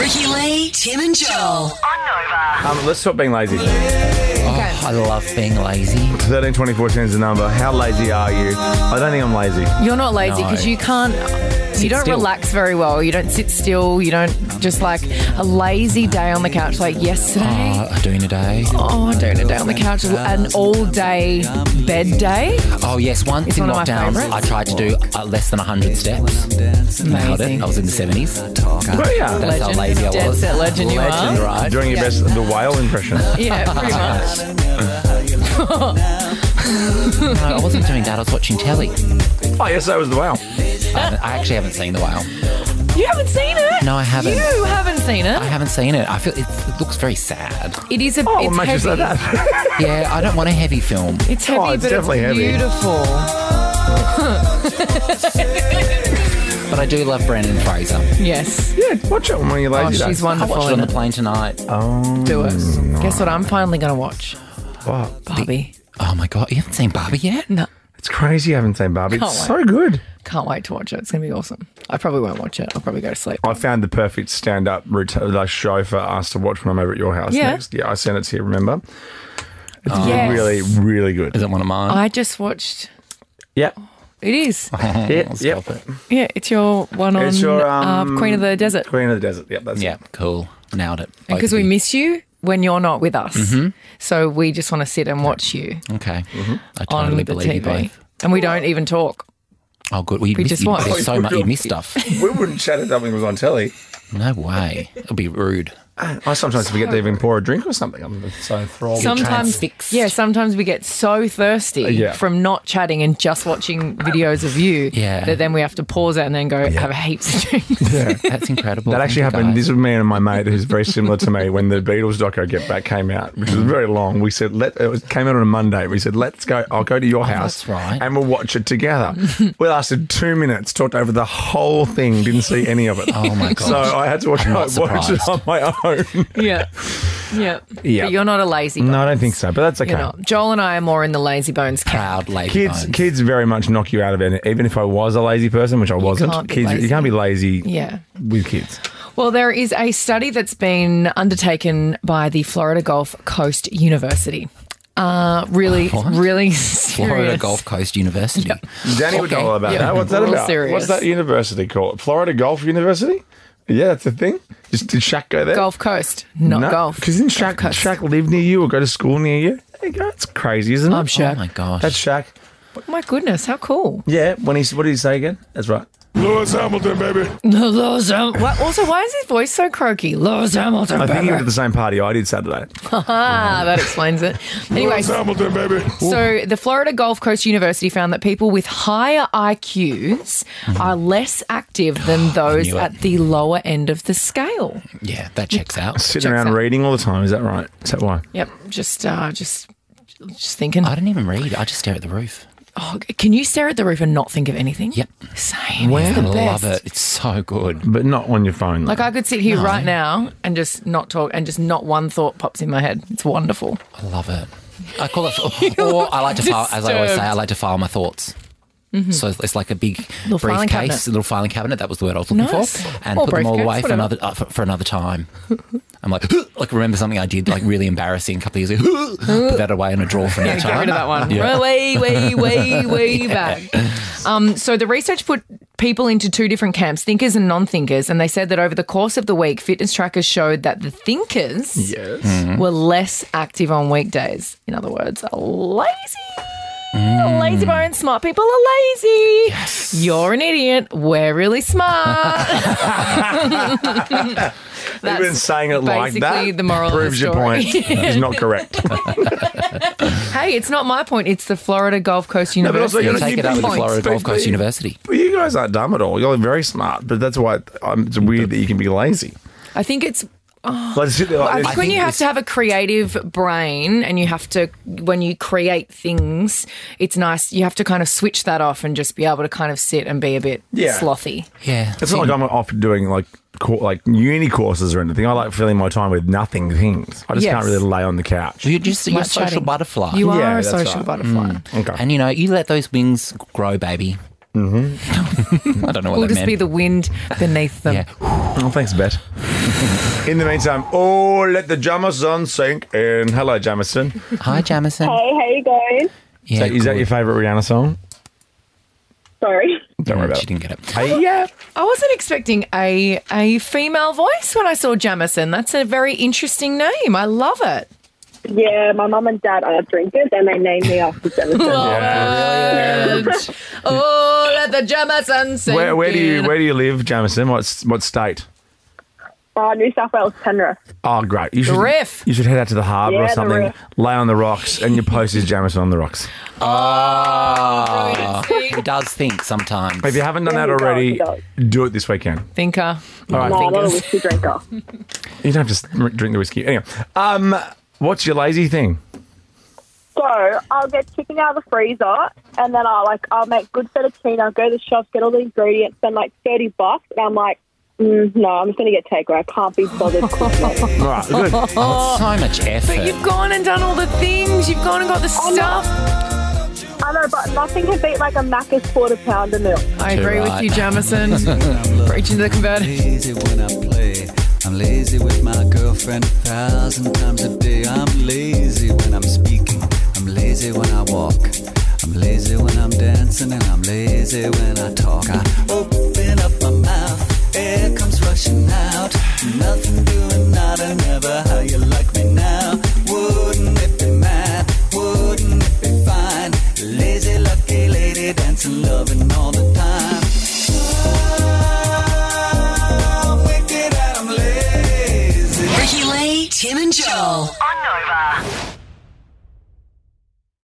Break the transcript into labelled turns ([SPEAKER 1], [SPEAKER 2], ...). [SPEAKER 1] Jackie, Tim, and Joel.
[SPEAKER 2] Um, let's stop being lazy.
[SPEAKER 3] Oh, I love being lazy.
[SPEAKER 2] 13, 24 cents a number. How lazy are you? I don't think I'm lazy.
[SPEAKER 4] You're not lazy
[SPEAKER 3] No.
[SPEAKER 4] because you can't. you don't
[SPEAKER 3] still.
[SPEAKER 4] relax very well. You don't sit still. You don't just like a lazy day on the couch like yesterday.
[SPEAKER 3] Oh, doing a day.
[SPEAKER 4] Oh, doing a day on the couch, an all day bed day.
[SPEAKER 3] Oh yes, once in
[SPEAKER 4] one of my
[SPEAKER 3] lockdowns,
[SPEAKER 4] favourites.
[SPEAKER 3] I tried to do uh, less than hundred steps. Nailed it.
[SPEAKER 4] Amazing.
[SPEAKER 3] I was in the seventies.
[SPEAKER 2] Oh, yeah.
[SPEAKER 3] That's how
[SPEAKER 4] Legend.
[SPEAKER 3] lazy I
[SPEAKER 4] Dead
[SPEAKER 3] was.
[SPEAKER 4] set legend you
[SPEAKER 3] Legend,
[SPEAKER 4] are.
[SPEAKER 3] right?
[SPEAKER 2] Doing your best, the whale impression.
[SPEAKER 4] Yeah, pretty much.
[SPEAKER 3] No, I wasn't doing that. I was watching telly.
[SPEAKER 2] Oh, yes, that was the whale.
[SPEAKER 3] I I actually haven't seen the whale.
[SPEAKER 4] You haven't seen it?
[SPEAKER 3] No, I haven't.
[SPEAKER 4] You haven't seen
[SPEAKER 3] I
[SPEAKER 4] it?
[SPEAKER 3] haven't seen it. I feel it, it looks very sad.
[SPEAKER 4] It is a.
[SPEAKER 2] Oh,
[SPEAKER 4] it's
[SPEAKER 2] much
[SPEAKER 4] heavy.
[SPEAKER 2] as that.
[SPEAKER 3] Yeah, I don't want a heavy film.
[SPEAKER 4] It's heavy,
[SPEAKER 2] Oh, it's
[SPEAKER 4] but
[SPEAKER 2] definitely
[SPEAKER 4] it's
[SPEAKER 2] heavy.
[SPEAKER 4] beautiful.
[SPEAKER 3] But I do love Brandon Fraser.
[SPEAKER 4] Yes.
[SPEAKER 2] yeah, watch it when you're
[SPEAKER 4] Oh,
[SPEAKER 2] lazy.
[SPEAKER 4] she's
[SPEAKER 3] I
[SPEAKER 4] wonderful.
[SPEAKER 3] watched it on
[SPEAKER 4] in
[SPEAKER 3] the
[SPEAKER 4] it.
[SPEAKER 3] plane tonight.
[SPEAKER 4] Do it. Guess what? I'm finally going to watch
[SPEAKER 2] Wow.
[SPEAKER 4] Barbie.
[SPEAKER 3] Oh my god, you haven't seen Barbie yet?
[SPEAKER 4] No,
[SPEAKER 2] It's crazy I haven't seen Barbie.
[SPEAKER 4] Can't
[SPEAKER 2] It's
[SPEAKER 4] wait.
[SPEAKER 2] so good.
[SPEAKER 4] can't wait to watch it. It's going to be awesome. I probably won't watch it. I'll probably go to sleep.
[SPEAKER 2] I found the perfect stand up like show for us to watch when I'm over at your house
[SPEAKER 4] Yeah. Oh.
[SPEAKER 2] next. Yeah, I sent it to you, remember? It's
[SPEAKER 4] Yes.
[SPEAKER 2] really, really good.
[SPEAKER 3] Is it one of mine?
[SPEAKER 4] I just watched.
[SPEAKER 2] Yeah.
[SPEAKER 4] It is.
[SPEAKER 3] Oh,
[SPEAKER 2] Yeah,
[SPEAKER 3] stop
[SPEAKER 2] yeah.
[SPEAKER 3] it.
[SPEAKER 4] Yeah, it's your one on
[SPEAKER 2] It's your, um,
[SPEAKER 4] uh, Queen of the Desert.
[SPEAKER 2] Queen of the Desert. Yeah, that's
[SPEAKER 3] Yeah, cool. Nailed it. Both
[SPEAKER 4] Because
[SPEAKER 3] of
[SPEAKER 4] we
[SPEAKER 3] you.
[SPEAKER 4] miss you when you're not with us.
[SPEAKER 2] Mm-hmm.
[SPEAKER 4] So we just want to sit and watch you
[SPEAKER 3] Okay. I
[SPEAKER 4] on
[SPEAKER 3] totally
[SPEAKER 4] the
[SPEAKER 3] believe you
[SPEAKER 4] TV.
[SPEAKER 3] both.
[SPEAKER 4] And we don't even talk.
[SPEAKER 3] Oh, good. We,
[SPEAKER 4] just
[SPEAKER 3] you,
[SPEAKER 4] watched.
[SPEAKER 3] There's so much. You missed stuff.
[SPEAKER 2] it. We wouldn't chat if something was on telly.
[SPEAKER 3] No way. It'll be rude.
[SPEAKER 2] I sometimes forget to even pour a drink or something. I'm so enthralled.
[SPEAKER 4] Sometimes,
[SPEAKER 3] transfixed.
[SPEAKER 4] yeah, sometimes we get so thirsty
[SPEAKER 2] Uh, yeah.
[SPEAKER 4] from not chatting and just watching videos of you
[SPEAKER 3] Yeah.
[SPEAKER 4] that then we have to pause it and then go have heaps of drinks.
[SPEAKER 3] That's incredible.
[SPEAKER 2] That
[SPEAKER 3] Thank
[SPEAKER 2] actually
[SPEAKER 3] you,
[SPEAKER 2] happened.
[SPEAKER 3] guys.
[SPEAKER 2] This was me and my mate, who's very similar to me. When the Beatles doco Get Back came out, which was very long, we said let it was, came out on a Monday. We said let's go. I'll go to your house,
[SPEAKER 3] that's right.
[SPEAKER 2] and we'll watch it together. we lasted two minutes, talked over the whole thing, didn't see any of it.
[SPEAKER 3] Oh my god.
[SPEAKER 2] So I had to watch,
[SPEAKER 3] I'm
[SPEAKER 2] I
[SPEAKER 3] not
[SPEAKER 2] watched it
[SPEAKER 3] surprised.
[SPEAKER 2] on my own.
[SPEAKER 4] yeah. Yeah.
[SPEAKER 2] Yeah.
[SPEAKER 4] But you're not a lazy bone.
[SPEAKER 2] no, I don't think so, but that's okay.
[SPEAKER 4] You're not. Joel and I are more in the lazy bones camp.
[SPEAKER 3] Proud lady.
[SPEAKER 2] Kids,
[SPEAKER 3] bones.
[SPEAKER 2] kids very much knock you out of it. Even if I was a lazy person, which I wasn't,
[SPEAKER 4] can't be
[SPEAKER 2] kids,
[SPEAKER 4] lazy.
[SPEAKER 2] you can't be lazy
[SPEAKER 4] Yeah.
[SPEAKER 2] with kids.
[SPEAKER 4] Well, there is a study that's been undertaken by the Florida Gulf Coast University. Uh, really,
[SPEAKER 3] What?
[SPEAKER 4] really serious.
[SPEAKER 3] Florida Gulf Coast University.
[SPEAKER 2] Danny would know all about
[SPEAKER 4] yeah.
[SPEAKER 2] that. What's that
[SPEAKER 4] Real
[SPEAKER 2] about?
[SPEAKER 4] serious.
[SPEAKER 2] What's that university called? Florida Golf University? Yeah, that's a thing. Just, did Shaq go there?
[SPEAKER 4] Gulf Coast, not golf.
[SPEAKER 2] Because didn't Shaq,
[SPEAKER 4] Golf Coast.
[SPEAKER 2] Shaq live near you or go to school near you? There you go. It's crazy, isn't it?
[SPEAKER 4] I'm
[SPEAKER 3] Oh
[SPEAKER 4] sure.
[SPEAKER 3] my gosh.
[SPEAKER 2] That's Shaq.
[SPEAKER 4] My goodness, how cool.
[SPEAKER 2] Yeah, when he's, what did he say again? That's right. Lewis Hamilton, baby.
[SPEAKER 4] Lewis Ham- Why- also, why is his voice so croaky? Lewis Hamilton.
[SPEAKER 2] I think he
[SPEAKER 4] baby.
[SPEAKER 2] was at the same party I did Saturday.
[SPEAKER 4] Ah, that explains it. Anyway,
[SPEAKER 2] Hamilton, baby.
[SPEAKER 4] So, the Florida Gulf Coast University found that people with higher IQs are less active than those
[SPEAKER 3] Mm-hmm. knew it.
[SPEAKER 4] at the lower end of the scale.
[SPEAKER 3] yeah, that checks out.
[SPEAKER 2] Sitting
[SPEAKER 4] Checks
[SPEAKER 2] around
[SPEAKER 4] out.
[SPEAKER 2] reading all the time. Is that right? Is that why?
[SPEAKER 4] Yep, just uh, just just thinking.
[SPEAKER 3] I didn't even read. I just stare at the roof.
[SPEAKER 4] Oh, can you stare at the roof and not think of anything?
[SPEAKER 3] Yep.
[SPEAKER 4] Same.
[SPEAKER 3] I
[SPEAKER 4] It's the
[SPEAKER 3] love
[SPEAKER 4] best.
[SPEAKER 3] it. It's so good.
[SPEAKER 2] But not on your phone.
[SPEAKER 4] Like I could sit here right now and just not talk, and just not one thought pops in my head. It's wonderful.
[SPEAKER 3] I love it. I call it, or I like to file, as I always say, I like to file my thoughts. So it's like a big
[SPEAKER 4] Mm-hmm. Little filing
[SPEAKER 3] briefcase,
[SPEAKER 4] cabinet.
[SPEAKER 3] a little filing cabinet. That was the word I was looking
[SPEAKER 4] Nice.
[SPEAKER 3] for, and
[SPEAKER 4] Or
[SPEAKER 3] put them all
[SPEAKER 4] briefcase,
[SPEAKER 3] away for
[SPEAKER 4] whatever.
[SPEAKER 3] another uh, for, for another time. I'm like, like remember something I did like really embarrassing a couple of years ago. put that away in a drawer for another
[SPEAKER 4] Get rid
[SPEAKER 3] time.
[SPEAKER 4] of that one.
[SPEAKER 3] Yeah.
[SPEAKER 4] Way, way, way, way back. Um, so the research put people into two different camps, thinkers and non-thinkers, and they said that over the course of the week, fitness trackers showed that the thinkers
[SPEAKER 2] yes.
[SPEAKER 3] Mm-hmm.
[SPEAKER 4] were less active on weekdays. In other words, lazy.
[SPEAKER 3] Mm.
[SPEAKER 4] Lazy bones, smart people are lazy. You're an idiot. We're really smart.
[SPEAKER 2] Even saying it like
[SPEAKER 4] basically
[SPEAKER 2] that
[SPEAKER 4] the moral of the
[SPEAKER 2] proves your
[SPEAKER 4] story.
[SPEAKER 2] point. It's not correct.
[SPEAKER 4] hey, it's not my point. It's the Florida Gulf Coast
[SPEAKER 2] but also
[SPEAKER 4] University.
[SPEAKER 2] you're
[SPEAKER 3] Take it out with the
[SPEAKER 4] Points.
[SPEAKER 3] Florida Gulf Coast
[SPEAKER 2] Basically.
[SPEAKER 3] University.
[SPEAKER 2] Well, you guys aren't dumb at all. You're very smart, but that's why um, it's weird that you can be lazy.
[SPEAKER 4] I think it's
[SPEAKER 2] Like, uh, sit there
[SPEAKER 4] I
[SPEAKER 2] like
[SPEAKER 4] think
[SPEAKER 2] this.
[SPEAKER 4] when
[SPEAKER 3] think
[SPEAKER 4] you have
[SPEAKER 3] it's-
[SPEAKER 4] to have a creative brain and you have to, when you create things, it's nice. You have to kind of switch that off and just be able to kind of sit and be a bit
[SPEAKER 2] Yeah.
[SPEAKER 4] slothy.
[SPEAKER 3] Yeah,
[SPEAKER 2] it's not like I'm off doing like cour like uni courses or anything. I like filling my time with nothing things. I just
[SPEAKER 4] Yes.
[SPEAKER 2] can't really lay on the couch.
[SPEAKER 3] you're just you're a
[SPEAKER 4] Like
[SPEAKER 3] social
[SPEAKER 4] chatting.
[SPEAKER 3] butterfly.
[SPEAKER 4] You
[SPEAKER 2] Yeah,
[SPEAKER 4] are a
[SPEAKER 2] that's
[SPEAKER 4] social
[SPEAKER 2] right.
[SPEAKER 4] butterfly.
[SPEAKER 2] Okay.
[SPEAKER 3] and you know you let those wings grow, baby. Mm-hmm. I don't know what
[SPEAKER 4] We'll
[SPEAKER 3] that
[SPEAKER 4] just
[SPEAKER 3] meant.
[SPEAKER 4] be the wind beneath them.
[SPEAKER 3] yeah.
[SPEAKER 2] oh, thanks, Bet. In the meantime, oh, let the Jamison sink in. Hello, Jamison.
[SPEAKER 3] Hi, Jamison.
[SPEAKER 1] Hey, how you guys?
[SPEAKER 3] Yeah,
[SPEAKER 2] is that your favourite Rihanna song?
[SPEAKER 1] Sorry.
[SPEAKER 2] Don't worry about
[SPEAKER 3] She
[SPEAKER 2] it.
[SPEAKER 3] didn't get it.
[SPEAKER 2] Hey, yeah.
[SPEAKER 4] I wasn't expecting a a female voice when I saw Jamison. That's a very interesting name. I love it.
[SPEAKER 1] Yeah, my mum and dad are drinkers and they named me after Jemison.
[SPEAKER 4] Oh, let the Jamison sink
[SPEAKER 2] Where, where do you
[SPEAKER 4] in.
[SPEAKER 2] where do you live, Jamison? What's what state?
[SPEAKER 1] uh, New South Wales, Penrith.
[SPEAKER 2] Oh, great! You should
[SPEAKER 4] Riff.
[SPEAKER 2] you should head out to the harbour
[SPEAKER 1] Yeah,
[SPEAKER 2] or
[SPEAKER 1] the
[SPEAKER 2] something.
[SPEAKER 1] riff.
[SPEAKER 2] Lay on the rocks, and your post is Jamison on the rocks.
[SPEAKER 3] Oh,
[SPEAKER 4] brilliant. See?
[SPEAKER 3] he does think sometimes.
[SPEAKER 2] If you haven't done
[SPEAKER 1] Yeah,
[SPEAKER 2] that
[SPEAKER 1] he does,
[SPEAKER 2] already,
[SPEAKER 1] he does.
[SPEAKER 2] do it this weekend.
[SPEAKER 4] Thinker.
[SPEAKER 2] All right,
[SPEAKER 1] No, I'm not a
[SPEAKER 4] Fingers.
[SPEAKER 1] whiskey drinker.
[SPEAKER 2] you don't have to drink the whiskey. Anyway, um, what's your lazy thing?
[SPEAKER 1] So I'll get chicken out of the freezer and then I'll like I'll make good fettuccine, I'll go to the shops, get all the ingredients, spend like thirty bucks and I'm like, mm, no, I'm just gonna get takeaway. I can't be bothered cooking.
[SPEAKER 2] All right, good.
[SPEAKER 3] That's so much effort.
[SPEAKER 4] But you've gone and done all the things. You've gone and got the stuff.
[SPEAKER 1] I know, but nothing can beat like a Macca's quarter pounder milk.
[SPEAKER 4] I agree with
[SPEAKER 3] right.
[SPEAKER 4] you, Jamison. Preaching to the converted.
[SPEAKER 5] lazy when I play. I'm lazy with my girlfriend a thousand times a day. I'm lazy when I'm speaking. I'm lazy when I walk. I'm lazy when I'm dancing and I'm lazy when I talk. I open up my mouth, air comes rushing out. Nothing doing, not another. How you like me now? Wouldn't it be mad? Wouldn't it be fine? Lazy, lucky lady, dancing, loving all the time. I'm wicked and I'm lazy.
[SPEAKER 6] Ricky Lee, Tim and Joel.
[SPEAKER 7] on